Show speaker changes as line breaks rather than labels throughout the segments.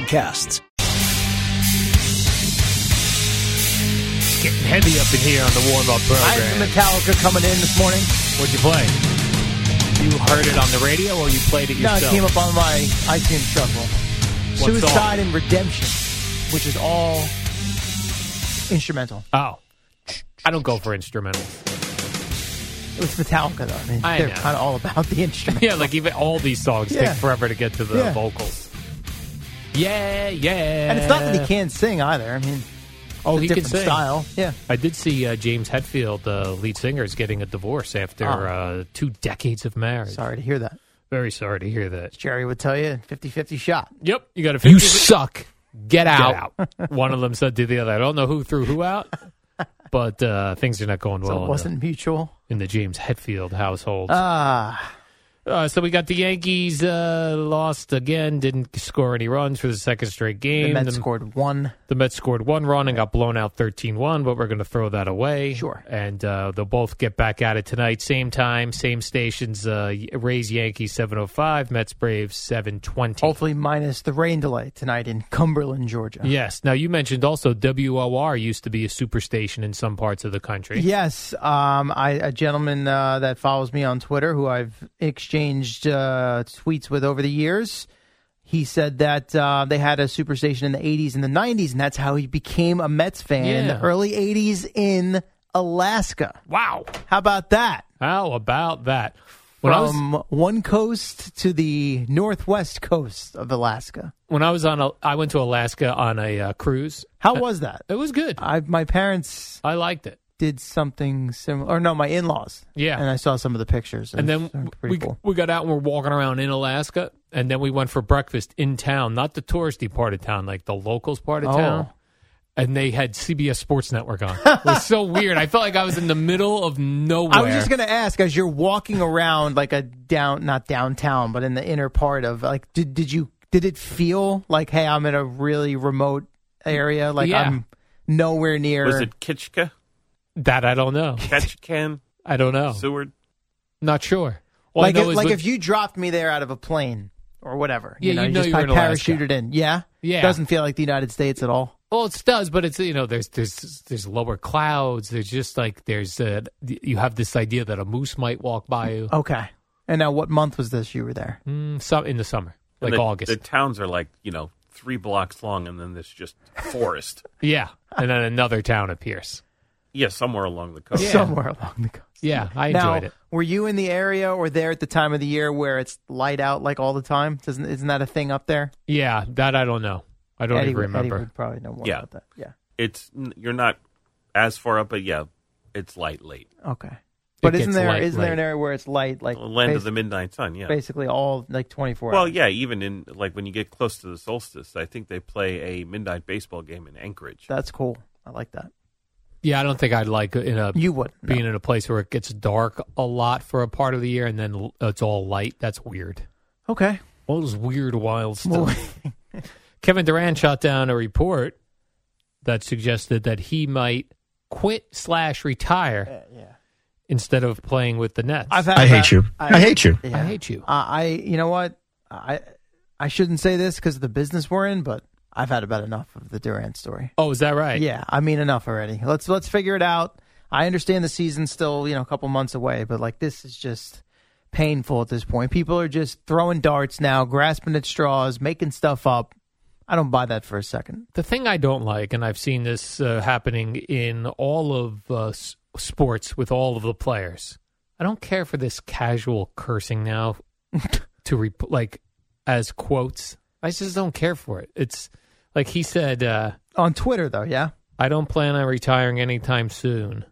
It's getting heavy up in here on the warm up program.
I had some Metallica coming in this morning.
What'd you play? You heard it on the radio or you played it
No,
yourself?
it came up on my iTunes shuffle.
What
Suicide
song?
and Redemption, which is all instrumental.
Oh. I don't go for instrumentals.
It was Metallica, though. I mean,
I
they're
know.
kind of all about the instrument.
Yeah, like even all these songs
Yeah.
take forever to get to the
Yeah.
vocals. Yeah, yeah.
And it's not that he can't sing either. I mean,
Oh,
it's
he
a
can
different
sing.
style. Yeah.
I did see uh, James Hetfield, the lead singer, is getting a divorce after
Oh.
uh, two decades of marriage.
Sorry to hear that.
Very sorry to hear that.
Jerry would tell you 50 50 shot.
Yep, you got to. You suck. Get out. One of them said to the other. I don't know who threw who out, but uh, things are not going
So
well
it
in, the,
wasn't mutual.
in the James Hetfield household.
Ah,
Uh, so we got the Yankees uh, lost again. Didn't score any runs for the second straight game.
the Mets scored one.
The Mets scored one run and got blown out 13 1, but we're going to throw that away.
Sure.
And uh, they'll both get back at it tonight. Same time, same stations. Uh, Rays Yankees 705, Mets Braves 720.
Hopefully, minus the rain delay tonight in Cumberland, Georgia.
Yes. Now, you mentioned also WOR used to be a superstation in some parts of the country.
Yes, um, I, a gentleman uh, that follows me on Twitter, who I've exchanged uh, tweets with over the years, he said that uh, they had a superstation in the '80s and the '90s, and that's how he became a Mets fan in the
Yeah.
early '80s in Alaska.
Wow.
How about that?
How about that? When I was
From one coast to the northwest coast of Alaska.
when I was on a, I went to Alaska on a uh, cruise.
How was that?
It was good.
I my parents
I liked it.
did something similar, or no, my in-laws.
Yeah.
and I saw some of the pictures,
and then
it was pretty
we,
cool.
we got out and we're walking around in Alaska, and then we went for breakfast in town, not the touristy part of town, like the locals part of
Oh.
town. And they had CBS Sports Network on. It was so weird. I felt like I was in the middle of nowhere.
I was just gonna ask, as you're walking around, like a down, not downtown, but in the inner part of, like, did did you did it feel like, hey, I'm in a really remote area, like
Yeah.
I'm nowhere near?
Was it Kitchka,
that I don't know.
Ketchikan,
I don't know.
Seward?
Not sure. All I
like
know
if,
is
like
with-
if you dropped me there out of a plane or whatever,
Yeah,
you know,
you'd know
just
you were
I
in Alaska.
parachuted in, yeah,
Yeah.
doesn't feel like the United States at all.
Well, it does, but it's you know there's there's there's lower clouds. There's just like there's uh you have this idea that a moose might walk by you
Okay, and now what month was this? You were there.
Mm, some in the summer, like
And the,
August.
The towns are like, you know, three blocks long, and then there's just forest.
yeah, and then another town appears.
yeah, somewhere along the coast.
Somewhere along the coast.
Yeah, I
now,
enjoyed it.
were you in the area or there at the time of the year where it's light out like all the time? Doesn't isn't that a thing up there?
Yeah, that I don't know. I don't
Eddie
even
would- Eddie
remember.
would probably know more
Yeah.
about that. Yeah.
It's you're not as far up, but yeah, it's light late.
Okay. But isn't
gets
there
light,
not there an
light.
area where it's light, like
Land of
basi-
the midnight sun. Yeah.
basically all like twenty four?
Well, yeah, even in like when you get close to the solstice, I think they play a midnight baseball game in Anchorage.
that's cool. I like that.
Yeah, I don't think I'd like in a
You would no.
being in a place where it gets dark a lot for a part of the year and then l- it's all light. That's weird.
okay.
All those weird wild stuff.
Well,
Kevin Durant shot down a report that suggested that he might quit slash retire instead of playing with the Nets.
I've had
I
that-
hate you. I hate you.
I hate you.
Uh, I you know what I I shouldn't say this because of the business we're in, but I've had about enough of the Durant story.
oh, is that right?
Yeah, I mean enough already. Let's let's figure it out. I understand the season's still, you know, a couple months away, but like this is just painful at this point. People are just throwing darts now, grasping at straws, making stuff up. I don't buy that for a second.
The thing I don't like, and I've seen this uh, happening in all of uh, s- sports with all of the players, I don't care for this casual cursing now to re- like as quotes. I just don't care for it. It's like he said, uh,
On Twitter though, yeah.
I don't plan on retiring anytime soon.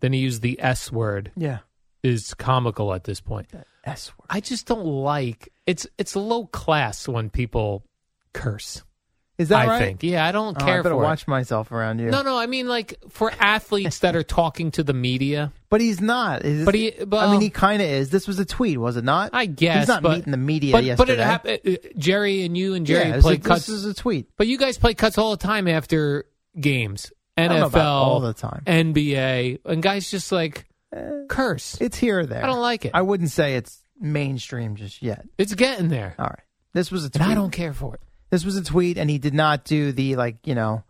Then he used the S word,
Yeah.
is comical at this point.
S word.
I just don't like it's it's low class when people curse.
Is
I
that right?
think. Yeah, I don't
Oh,
care
I better
for it.
watch myself around you.
No, no, I mean like for athletes that are talking to the media.
But he's not. Is-
But he- well-
I mean, he kind of is. This was a tweet, was it not?
I guess
he's not
but,
meeting the media
But,
yesterday.
but it happened. Jerry and you and
Yeah,
Jerry
this is-
played cuts.
This is a tweet.
But you guys play cuts all the time after games. NFL
don't know about all the time.
NBA, and guys just like curse.
It's here or there.
I don't like it.
I wouldn't say it's mainstream just yet.
It's getting there,
All right. This was a tweet.
and I don't care for it.
This was a tweet, and he did not do the like you know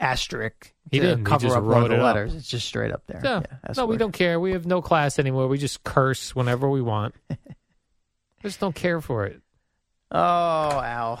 asterisk.
He
to
didn't. He
cover
just
up one of
wrote
the
it up.
letters. It's just straight up there.
Yeah.
S
no, we
word.
don't care. We have no class anymore. We just curse whenever we want. I just don't care for it.
Oh, Al.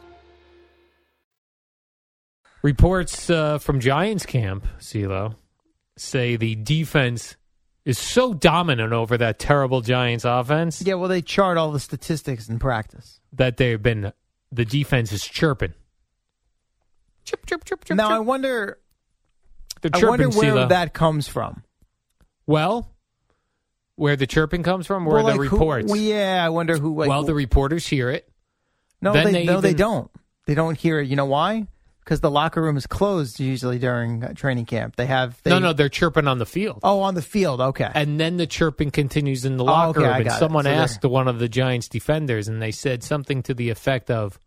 Reports uh, from Giants camp, CeeLo, say the defense is so dominant over that terrible Giants offense
Yeah, well, they chart all the statistics in practice.
that they've been the defense is chirping. Chirp, chirp, chirp, chirp.
now, I
chirp.
wonder.
They're
I wonder
chirping,
where
CeeLo.
that comes from.
Well, where the chirping comes from, where
Well,
the
like, who-
reports.
well, yeah, I wonder who. Like,
well, the reporters hear it.
no,
then
they,
they
no, they
even-
don't. They don't hear it. You know why? Because the locker room is closed usually during uh, training camp. They have they,
no, no, they're chirping on the field.
Oh, on the field. Okay.
And then the chirping continues in the
Oh,
locker
okay, I
room. And
got it.
someone
So they're-
asked one of the Giants defenders, and they said something to the effect of,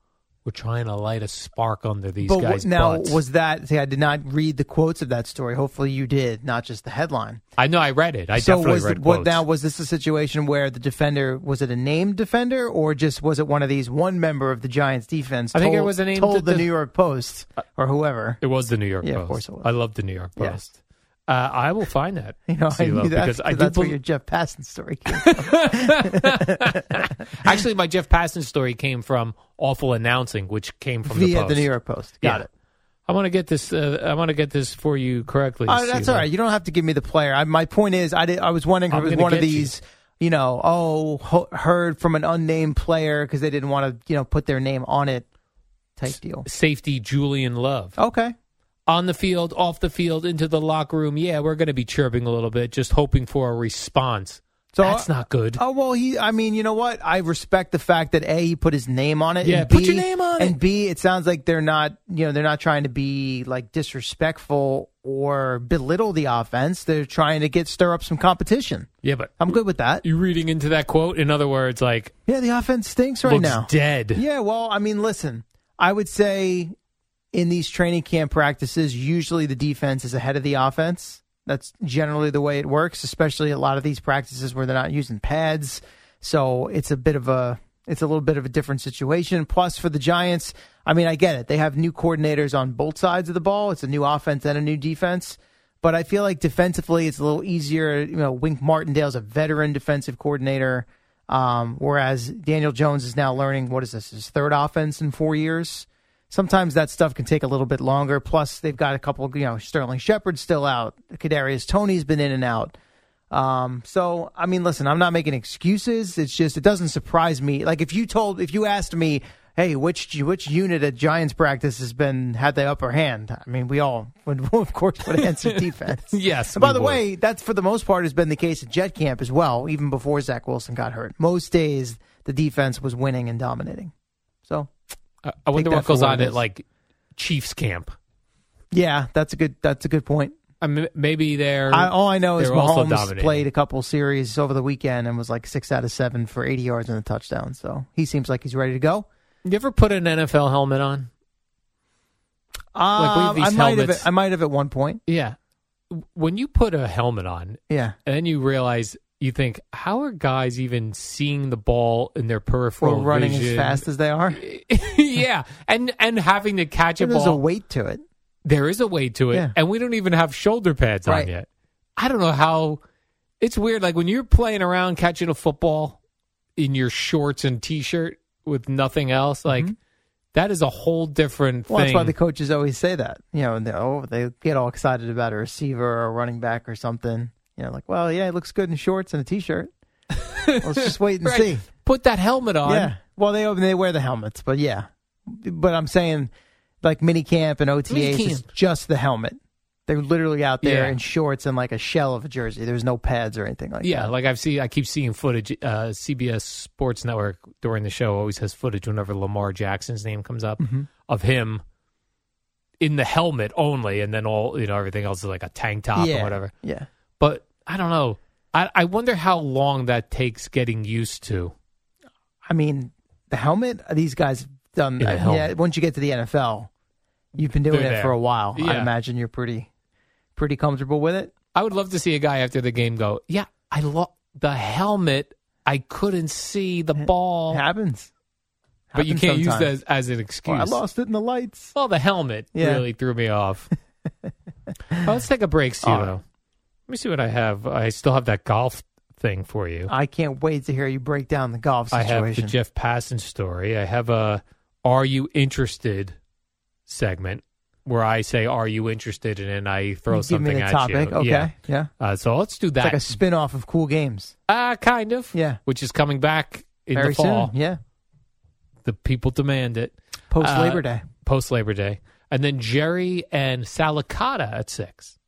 "We're trying to light a spark under these
but
guys."
what- now
butts."
was that? See, I did not read the quotes of that story. Hopefully, you did, not just the headline.
I know I read it. I
so
definitely
was
read
it- what
quotes.
now? Was this a situation where the defender was it a named defender or just was it one of these one member of the Giants defense?
I think it
told-
was a named
told the,
def-
New York Post or whoever.
It was the New York
Yeah,
Post.
of course it was.
I love the New York
Yeah.
Post. Uh, I will find that.
You know, I
CeeLo,
knew that
because I do
that's where
bel-
your Jeff Passon story came.
Actually, my Jeff Passon story came from awful announcing, which came from the
via
Post.
the New York Post. Got
Yeah.
it.
I want to get this. Uh, I want to get this for you correctly.
Oh, that's
CeeLo.
all right. You don't have to give me the player. I, my point is, I did, I was wondering if
I'm
it was
gonna
one of
get you.
these, you, know, oh, ho- heard from an unnamed player because they didn't want to, you know, put their name on it, type deal.
Safety Julian Love
Okay,
on the field, off the field, into the locker room. Yeah, we're going to be chirping a little bit, just hoping for a response.
so
that's not good.
Oh well, he. I mean, you know what? I respect the fact that a he put his name on it.
Yeah,
and
put
B-
your name on
And
it.
b it sounds like they're not. You know, they're not trying to be like disrespectful or belittle the offense. They're trying to get stir up some competition.
yeah, but
I'm good with that.
you reading into that quote. In other words, like
Yeah, the offense stinks right
looks
now.
dead.
Yeah, well, I mean, listen, I would say in these training camp practices, usually the defense is ahead of the offense. That's generally the way it works, especially a lot of these practices where they're not using pads. So it's a bit of a it's a little bit of a different situation. Plus for the Giants, I mean, I get it. They have new coordinators on both sides of the ball. It's a new offense and a new defense. But I feel like defensively, it's a little easier. You know, Wink Martindale's a veteran defensive coordinator, um, whereas Daniel Jones is now learning what is this his third offense in four years. Sometimes that stuff can take a little bit longer. Plus, they've got a couple. You know, Sterling Shepard's still out. Kadarius Tony's been in and out. Um, so I mean, listen, I'm not making excuses. It's just it doesn't surprise me. Like if you told, if you asked me, hey, which which unit at Giants practice has been had the upper hand? I mean, we all would, of course, would answer defense.
Yes,
And by
we
the
would.
way, that's for the most part has been the case at Jet Camp as well, even before Zach Wilson got hurt. Most days the defense was winning and dominating. So
I, I wonder
that
what
for
goes
what
on
it
at
is.
like Chiefs camp.
yeah, that's a good that's a good point.
I mean, maybe they're.
I, all I know is
they're also
Mahomes
dominating.
played a couple series over the weekend and was like six out of seven for 80 yards and a touchdown. So he seems like he's ready to go.
You ever put an NFL helmet on? Like, we have
Um,
these
I might have.
helmets.
At, I might have at one point.
Yeah. When you put a helmet on,
Yeah.
and then you realize, you think, how are guys even seeing the ball in their peripheral
Or running
vision?
as fast as they are.
yeah, and and having to catch a
There's
ball,
a weight to it.
there is a way to it,
Yeah.
and we don't even have shoulder pads
Right.
on yet. I don't know how. It's weird. Like when you're playing around catching a football in your shorts and t-shirt with nothing else, like That is a whole different
Mm-hmm. Well,
thing.
that's why the coaches always say that. You know, and they, oh, they get all excited about a receiver or a running back or something. You know, like, well, yeah, it looks good in shorts and a t-shirt. Let's just wait and
Right.
see.
Put that helmet on.
Yeah. Well, they they wear the helmets, but yeah. But I'm saying, like mini camp and OTAs, it's
Minicamp.
just the helmet. They're literally out there
Yeah.
in shorts and like a shell of a jersey. There's no pads or anything like
Yeah,
that.
like I've seen, I keep seeing footage. Uh, CBS Sports Network during the show always has footage whenever Lamar Jackson's name comes up
Mm-hmm.
of him in the helmet only, and then all you know everything else is like a tank top
yeah.
or whatever.
Yeah.
But I don't know. I, I wonder how long that takes getting used to.
I mean, the helmet. These guys have done.
Yeah, the
Yeah,
helmet.
once you get to the NFL, you've been doing
They're
it
there.
for a while. I
Yeah.
imagine you're pretty, pretty comfortable with it.
I would love to see a guy after the game go, "Yeah, I love the helmet. I couldn't see the ball,
It happens.
but you
Happens
can't use
sometimes.
that as, as an excuse."
Well, I lost it in the lights.
Well, the helmet
Yeah.
really threw me off. Well, let's take a break, Studio. Let me see what I have. I still have that golf thing for you.
I can't wait to hear you break down the golf
I
Ah, situation.
have the Jeff Passan story. I have a "Are you interested?" segment where I say "Are you interested?" and then I throw
You give
something
me the
at
topic.
you.
Okay.
Yeah.
yeah.
Uh, so let's do
It's
that.
like a spin off of Cool Games.
uh, kind of.
Yeah.
Which is coming back in
Very
the fall.
soon. Yeah.
The people demand it.
Post
Uh,
Labor Day.
post Labor Day, and then Jerry and Salicata at six.